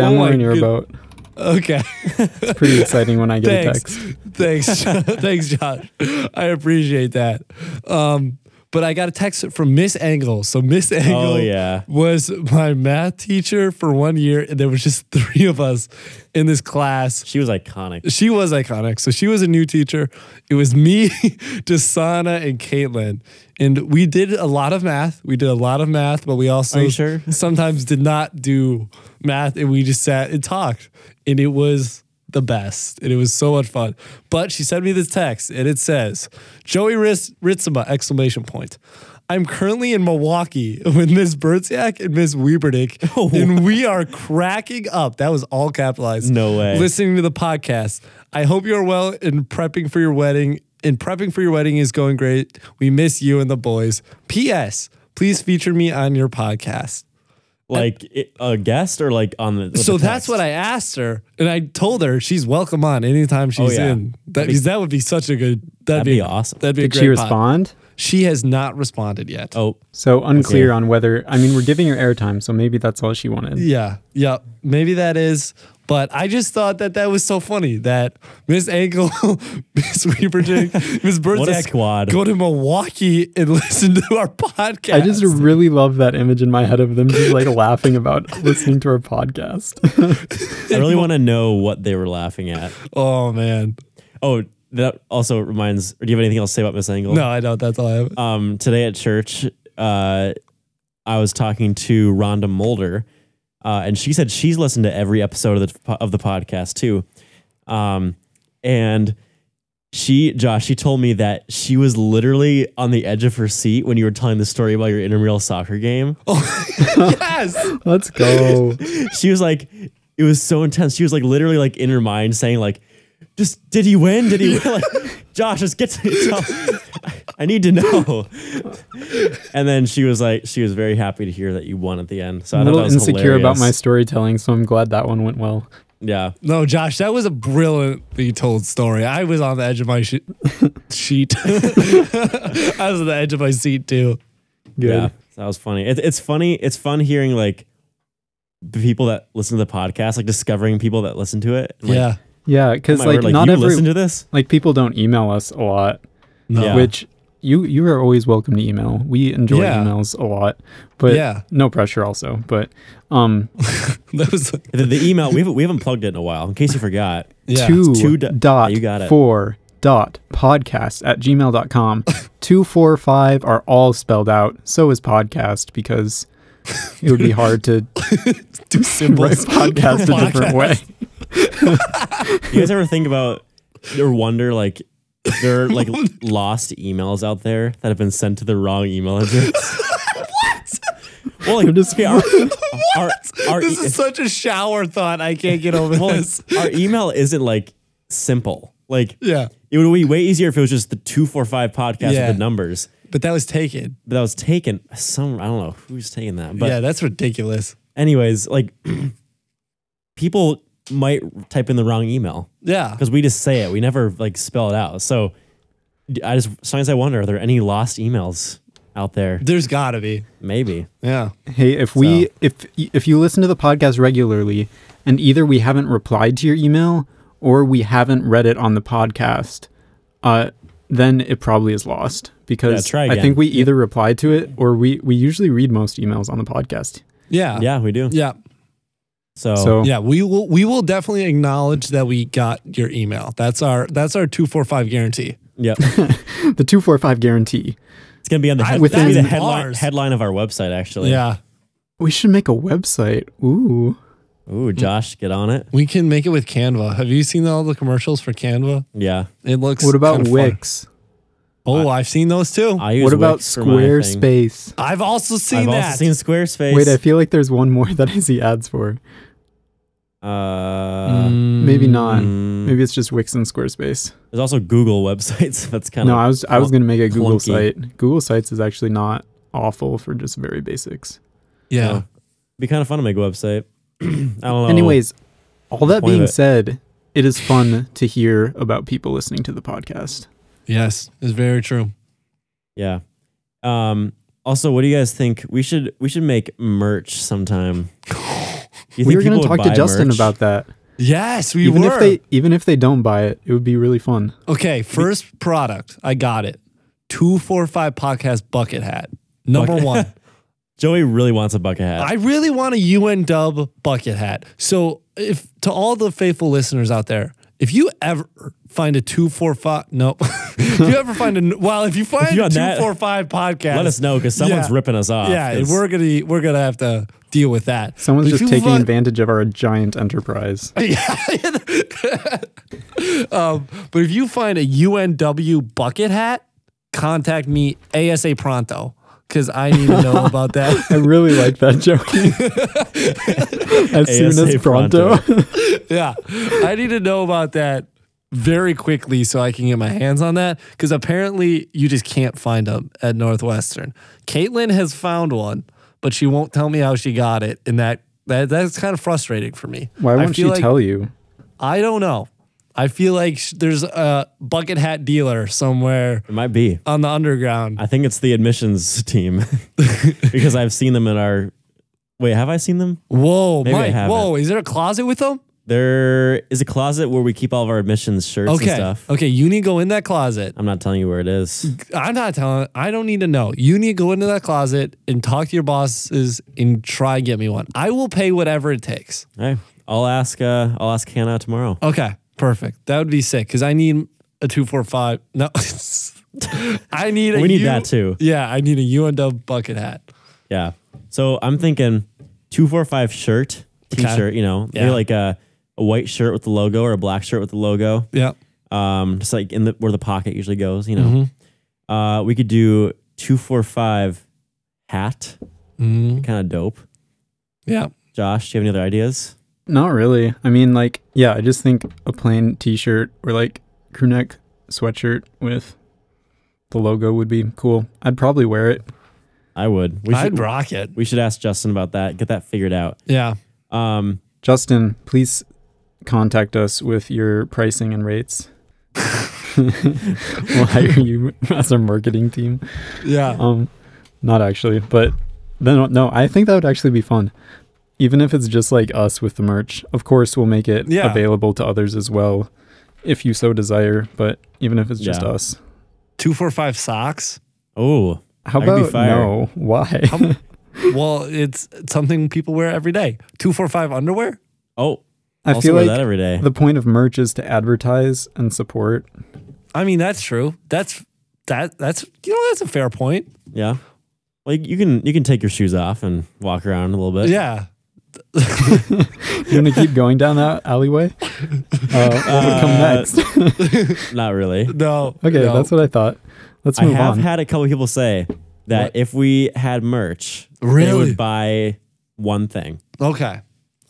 Oh I'm my on your good- boat. Okay. It's pretty exciting when I get a Thanks. text. Thanks. Thanks, Josh. I appreciate that. Um, but I got a text from Miss Angle. So Miss Angle oh yeah. was my math teacher for one year, and there was just three of us in this class. She was iconic. She was iconic. So she was a new teacher. It was me, Dasana, and Caitlin. And we did a lot of math. We did a lot of math, but we also Are you sure? sometimes did not do math and we just sat and talked. And it was the best. And it was so much fun. But she sent me this text and it says, Joey Ritz- Ritzema, exclamation point. I'm currently in Milwaukee with Ms. Bertziak and Ms. Wieberdick, Oh, and we are cracking up. That was all capitalized. No way. Listening to the podcast. I hope you're well and prepping for your wedding. And prepping for your wedding is going great. We miss you and the boys. P.S. Please feature me on your podcast. Like it, a guest or like on the. with So the that's text? what I asked her, and I told her she's welcome on anytime she's yeah. in. That, that would be such a good. That'd, be awesome. That'd be a Did great. she pod. respond? She has not responded yet. Oh, So unclear Okay. on whether I mean we're giving her airtime, so maybe that's all she wanted. Yeah, yeah, maybe that is. But I just thought that that was so funny that Miss Ankle, Miss Weeperdick, Miss a Bertzak squad. go to Milwaukee and listen to our podcast. I just really love that image in my head of them just like laughing about listening to our podcast. I really want to know what they were laughing at. oh man, Oh, that also reminds. Or do you have anything else to say about Miss Angle? no, I don't. That's all I have. um, today at church, uh, I was talking to Rhonda Mulder, uh, and she said she's listened to every episode of the po- of the podcast too. Um, and she, Josh, she told me that she was literally on the edge of her seat when you were telling the story about your intramural soccer game. Oh, yes, Let's go. She was like, It was so intense. She was like literally like in her mind saying like, "Just did he win? Did he win?" Like, Josh, just get to tell- I need to know. and then she was like, she was very happy to hear that you won at the end. So I I'm thought a that little was insecure about hilarious. my storytelling, so I'm glad that one went well. yeah. No, Josh, that was a brilliantly told story. I was on the edge of my she- sheet. I was on the edge of my seat too. Yeah, that was funny. It, it's funny. It's fun hearing like the people that listen to the podcast, like discovering people that listen to it. And, like, yeah. Yeah, oh because my like word, like not you every listen to this. like people don't email us a lot, No. Yeah. which you you are always welcome to email. We enjoy Yeah. emails a lot, but Yeah. no pressure also. But um, That was The, the email we haven't we haven't plugged it in a while. In case you forgot, yeah. two, two do- dot you got it. four dot podcast at gmail.com. two, four, five are all spelled out. So is podcast because it would be hard to two write symbols. podcast a different way. you guys ever think about or wonder like there are like lost emails out there that have been sent to the wrong email address? what? Well, like just- okay, our, our, our, This e- is such a shower thought. I can't get over well, like, this. our email isn't like simple. Like Yeah. it would be way easier if it was just the two four five podcast Yeah. with the numbers. But that was taken. But that was taken some I don't know who's taking that. But yeah, that's ridiculous. anyways, like people might type in the wrong email. Yeah. because we just say it. We never like spell it out. So d- I just sometimes I wonder: are there any lost emails out there? There's gotta be. Maybe. Yeah. Hey, if we So- if if you listen to the podcast regularly and either we haven't replied to your email or we haven't read it on the podcast, uh, then it probably is lost because Yeah, try I again. think we either reply to it or we we usually read most emails on the podcast. Yeah. Yeah, we do. Yeah. So, So Yeah, we will we will definitely acknowledge that we got your email. That's our that's our two four five guarantee. yep, the two four five guarantee. it's gonna be on the, I- head, it's gonna be the that's headline ours. headline of our website. Actually. Yeah. We should make a website. Ooh, Mm. Ooh, Josh, get on it. We can make it with Canva. Have you seen all the commercials for Canva? Yeah, It looks what about kinda fun. Wix? Oh, I've seen those too. I use What about Wix for my thing. Squarespace? I've also seen I've that. also seen Squarespace. Wait, I feel like there's one more that I see ads for. uh, Maybe not. mm, Maybe it's just Wix and Squarespace. there's also Google websites. That's kind No, of I was I was gonna make a Google clunky. site. Google Sites is actually not awful for just very basics. yeah. Yeah. be kind of fun to make a website. I don't know. Anyways, all that point of being it. said, it is fun to hear about people listening to the podcast. Yes, it's very true. yeah. Um. Also, what do you guys think? We should we should make merch sometime. Do you we think were gonna people would talk to buy Justin merch? about that. Yes, we even were. if they even if they don't buy it, it would be really fun. okay, first product. I got it. 245 podcast bucket hat. Number Bucket- 1. Joey really wants a bucket hat. I really want a UN dub bucket hat. So, if to all the faithful listeners out there, if you ever find a 245, no, if you ever find a, well, if you find you a got that, 245 podcast, Let us know because someone's Yeah. ripping us off. Yeah, and 'cause we're going to, we're going to have to deal with that. Someone's If just you taking find- advantage of our giant enterprise. um, but if you find a UNW bucket hat, contact me ASA pronto because I need to know about that. I really like that joke. as soon ASA as pronto. yeah. I need to know about that very quickly so I can get my hands on that because apparently you just can't find them at Northwestern. Caitlin has found one, but she won't tell me how she got it, and that that that's kind of frustrating for me. Why I won't she feel like- tell you? I don't know. I feel like sh- there's a bucket hat dealer somewhere It might be. on the underground. I think it's the admissions team because I've seen them in our. Wait, have I seen them? Whoa, Maybe I Mike! haven't. Whoa, is there a closet with them? There is a closet where we keep all of our admissions shirts and Okay, stuff. okay, you need to go in that closet. I'm not telling you where it is. I'm not telling. I don't need to know. You need to go into that closet and talk to your bosses and try and get me one. I will pay whatever it takes. Hey, I'll ask. Uh, I'll ask Hannah tomorrow. Okay, perfect. That would be sick because I need a two four five. No, I need. A We need U- that too. Yeah, I need a UNW bucket hat. Yeah. So I'm thinking two four five shirt, Okay. t-shirt. You know, Yeah. maybe like a, a white shirt with the logo or a black shirt with the logo. Yeah, um, just like in the where the pocket usually goes. You know, mm-hmm, uh, we could do two four five hat, Mhm. mm-hmm. kind of dope. yeah. Josh, do you have any other ideas? Not really. I mean, like, yeah, I just think a plain T-shirt or like crew neck sweatshirt with the logo would be cool. I'd probably wear it. I would. We I'd should rock it. we should ask Justin about that. Get that figured out. Yeah. Um, Justin, please contact us with your pricing and rates. we'll hire you as our marketing team. Yeah. Um, not actually, but then no, I think that would actually be fun. Even if it's just like us with the merch, of course we'll make it Yeah. available to others as well, if you so desire. But even if it's just Yeah. us, Two, four, five socks. oh, how That could be about fire. no? Why? How- well, it's something people wear every day. Two, four, five underwear. oh, I also feel wear like that every day. the point of merch is to advertise and support. I mean, that's true. That's that. That's you know, that's a fair point. yeah, like you can you can take your shoes off and walk around a little bit. Yeah. You're gonna keep going down that alleyway. Uh, Uh, what would come next? not really. No. okay, no. that's what I thought. Let's I move have on. had a couple people say that What? if we had merch, they Really? would buy one thing. okay.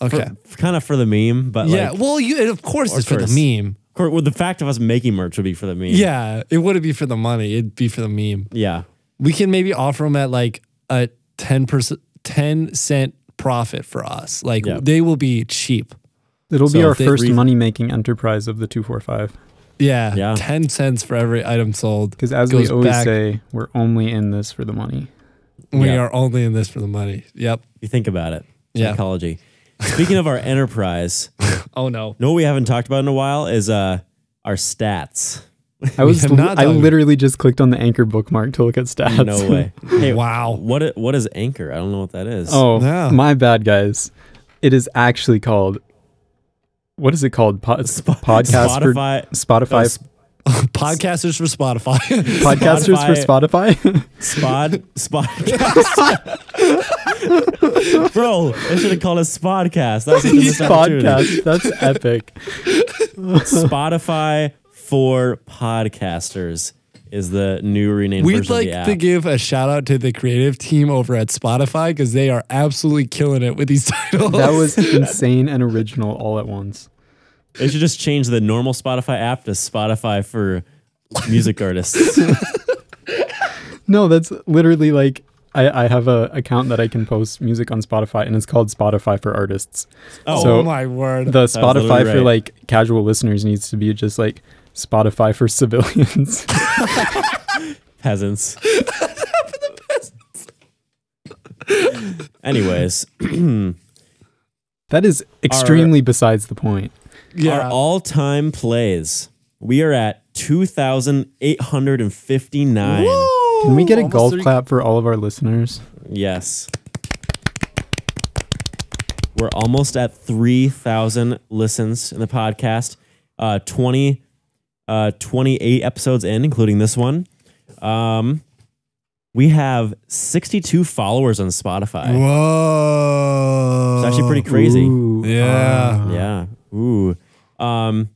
Okay. Kind of for the meme, but yeah. like well, you. and Of course, Of it's for course. the meme. of course, well, the fact of us making merch would be for the meme. Yeah, it wouldn't be for the money. It'd be for the meme. yeah. We can maybe offer them at like a 10 percent, 10 cent profit for us. Like Yeah. they will be cheap. It'll be So our if they first reason- money making enterprise of the two four five. Yeah, Yeah. 10 cents for every item sold. Because as Goes we always back- say, we're only in this for the money. We Yeah. are only in this for the money. Yep. You think about it. Yeah. Psychology. Speaking of our enterprise, Oh no. know what we haven't talked about in a while is uh our stats. I was have li- not I done- literally just clicked on the anchor bookmark to look at stats. No way. Hey, Wow. What i- what is anchor? I don't know what that is. oh, Yeah. my bad, guys. It is actually called. What is it called? Po- podcast Spotify. Oh, for Spotify. Podcasters for Spotify. podcasters for Spotify. Spod Spodcast. Bro, I should have called it Spodcast. That's a missed opportunity. podcast. That's epic. Spotify for podcasters is the new renamed We'd version like of the app. to give a shout out to the creative team over at Spotify because they are absolutely killing it with these titles. That was insane and original all at once. they should just change the normal Spotify app to Spotify for music artists. No, that's literally like I, I have a account that I can post music on Spotify, and it's called Spotify for Artists. Oh, oh So- my word. The was literally Spotify for right. like casual listeners needs to be just like Spotify for civilians. peasants. Anyways, that is extremely besides the point. our all-time plays. We are at 2,859. Can we get a Almost golf three- clap for all of our listeners? Yes. We're almost at 3,000 listens in the podcast. Uh, 20, uh, 28 episodes in, including this one. Um, we have 62 followers on Spotify. Whoa. It's actually pretty crazy. Ooh, Yeah. ah. Yeah. Ooh. Um,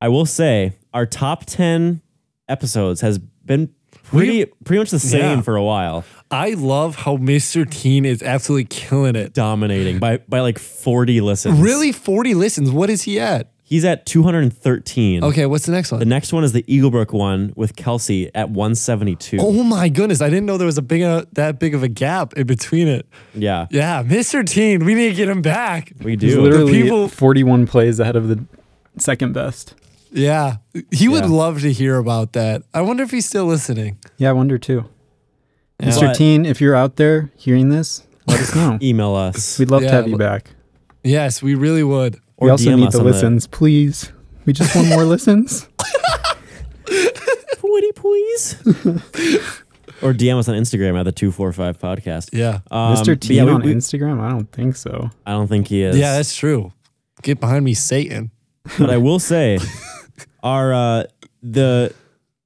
I will say our top 10 episodes has been pretty, pretty much the same Yeah. for a while. I love how Mr. Teen is absolutely killing it. Dominating by, by like 40 listens. Really, 40 listens. What is he at? He's at 213. Okay, what's the next one? The next one is the Eaglebrook one with Kelsey at 172. oh my goodness, I didn't know there was a big uh, that big of a gap in between it. Yeah, Yeah, Mr. Teen, we need to get him back. we He's do. literally people- 41 plays ahead of the second best. Yeah, he would Yeah. love to hear about that. I wonder if he's still listening. Yeah, I wonder too. Mr. But- Teen, if you're out there hearing this, let us know. Email us. We'd love Yeah, to have you l- back. Yes, we really would. we Or also DM need us the on that. listens, please. We just want more listens. Woody, please. or DM us on Instagram at the 245 podcast. Yeah. Um, Mr. but T yeah, we- on we- Instagram? I don't think so. I don't think he is. Yeah, that's true. Get behind me, Satan. but I will say, our uh, the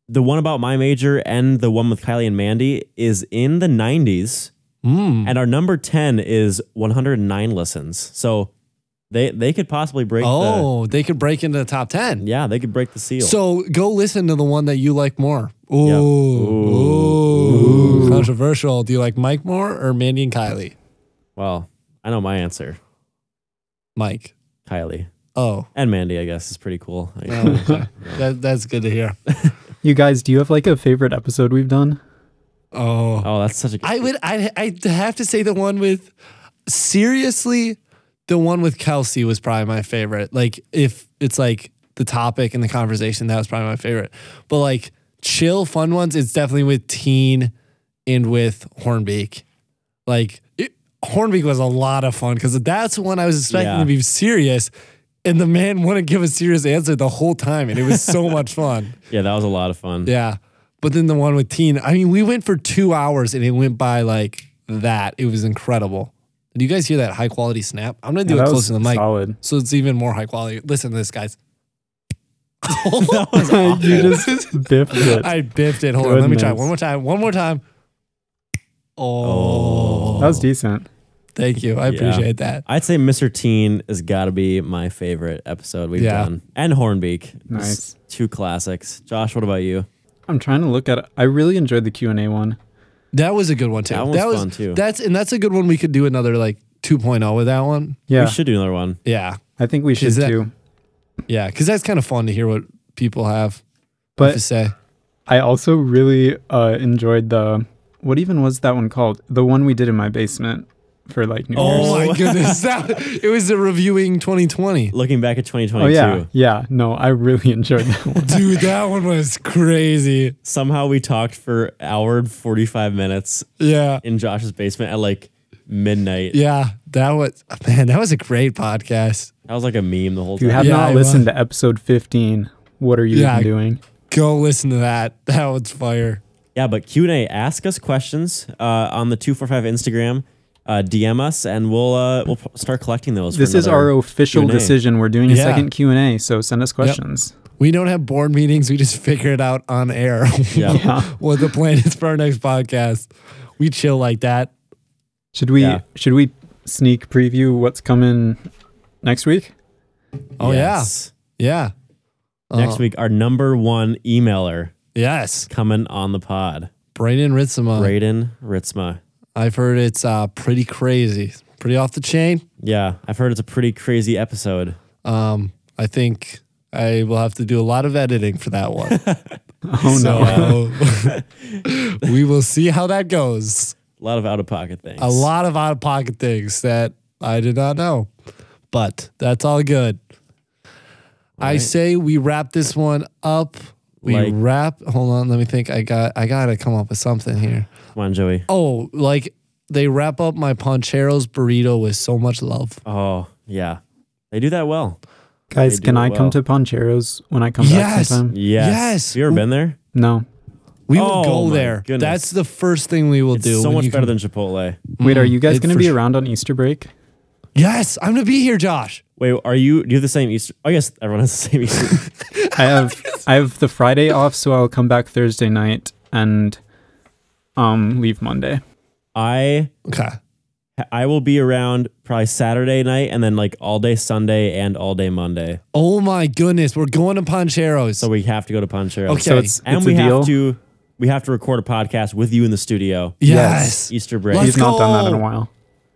the one about my major and the one with Kylie and Mandy is in the 90s, Mm. and our number 10 is 109 listens. So they they could possibly break. Oh, they could break into the top the, 10. yeah, they could break the seal. So go listen to the one that you like more. Ooh. Ooh. Ooh. Controversial. Do you like Mike more or Mandy and Kylie? well, I know my answer. Mike. Kylie Oh, and Mandy, I guess, is pretty cool. I- Oh, okay. that, that's good to hear. You guys, do you have like a favorite episode we've done? Oh, oh, that's such a. I would. I I have to say the one with seriously, the one with Kelsey was probably my favorite. Like if it's like the topic and the conversation, that was probably my favorite. But like chill, fun ones, it's definitely with Teen and with Hornbeak. Like it, Hornbeak was a lot of fun because that's one I was expecting Yeah. to be serious. And the man wouldn't give a serious answer the whole time, and it was so much fun. yeah, that was a lot of fun. Yeah. But then the one with Teen, I mean, we went for two hours and it went by like that. It was incredible. Do you guys hear that high quality snap? I'm going to do Yeah, it that close to the was mic Solid. so it's even more high quality. Listen to this, guys. you just biffed it. I biffed it. Hold on. Let me try Goodness. one more time. One more time. Oh, That was decent. thank you. I Yeah. appreciate that. I'd say Mr. Teen has got to be my favorite episode we've Yeah. done, and Hornbeak. Just Nice. two classics. Josh, what about you? I'm trying to look at it. I really enjoyed the Q and A one. That was a good one too. That one's was fun, too. That's and that's a good one. We could do another like 2.0 with that one. Yeah, We should do another one. Yeah, I think we should Is that- too. yeah, because that's kind of fun to hear what people have to But say. I also really uh, enjoyed the what even was that one called? The one we did in my basement for like New Year's. Oh Year's. my goodness. That, it was the reviewing 2020. Looking back at 2022, Oh yeah, yeah. No, I really enjoyed that one. Dude, that one was crazy. somehow we talked for hour and 45 minutes Yeah. in Josh's basement at like midnight. Yeah. That was, man, that was a great podcast. That was like a meme the whole If you time. have Yeah, not I listened to episode 15, what are you Yeah. even doing? Go listen to that. That was fire. yeah, but Q&A, ask us questions uh, on the 245 Instagram. Uh, DM us and we'll uh, we'll p- start collecting those. for This is another- our official Q&A. decision. We're doing a Yeah. second Q and A, so send us questions. We don't have board meetings. We just figure it out on air Yeah. Yeah. what the plan is for our next podcast. We chill like that. Should we Yeah. should we sneak preview what's coming next week? Oh, yeah. Yeah. Next Uh-huh. Uh, week, our number one emailer Yes. coming on the pod, Brayden Ritzema. Braden Ritzma. I've heard it's uh, pretty crazy, pretty off the chain. Yeah, I've heard it's a pretty crazy episode. Um, I think I will have to do a lot of editing for that one. Oh no. So, we will see how that goes. A lot of out of pocket things. A lot of out of pocket things that I did not know, but that's all good. I say we wrap this one up. We Like- wrap. Hold on, let me think. I got. I gotta come up with something here. Come on, Joey. Oh, like they wrap up my Poncheros burrito with so much love. Oh, yeah. They do that well. Guys, They do can it I well. come to Pancheros when I come back Yes. sometime? Yes. Yes. You ever been there? No. We Oh will go my there. goodness. That's the first thing we will It's do. so when much you better come- than Chipotle. Wait, are you guys Mm, it's going to for be sure. around on Easter break? Yes, I'm gonna be here, Josh. Wait, are you do you have the same Easter? I guess everyone has the same Easter. I have I have the Friday off, so I'll come back Thursday night and um leave Monday. I Okay. I will be around probably Saturday night and then like all day Sunday and all day Monday. Oh my goodness, we're going to Poncheros. So we have to go to Panchero. Okay. So it's And it's we a have deal. to we have to record a podcast with you in the studio. yes. Easter break. Let's He's not done that in a go. while.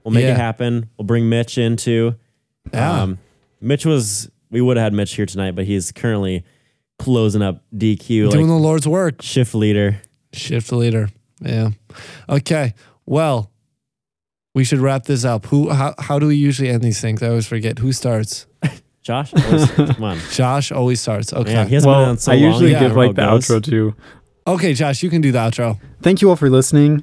We'll make Yeah. it happen. We'll bring Mitch in too. Yeah. Um, Um, Mitch was we would have had Mitch here tonight, but he's currently closing up DQ like Doing the Lord's work. shift leader. Shift leader. Yeah. Okay. Well, we should wrap this up. Who? How, how do we usually end these things? I always forget. Who starts? Josh, always- come on. Josh always starts. Okay. Man, he hasn't been on Well, so I long. usually Yeah. don't give know like the how it goes. outro too. Okay, Josh, you can do the outro. Thank you all for listening.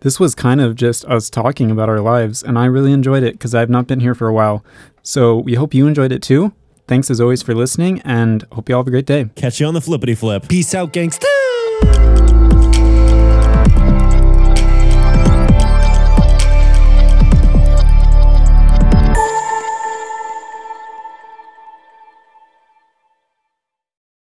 This was kind of just us talking about our lives, and I really enjoyed it because I've not been here for a while. So we hope you enjoyed it too. Thanks as always for listening, and hope you all have a great day. Catch you on the flippity flip. Peace out, gangster.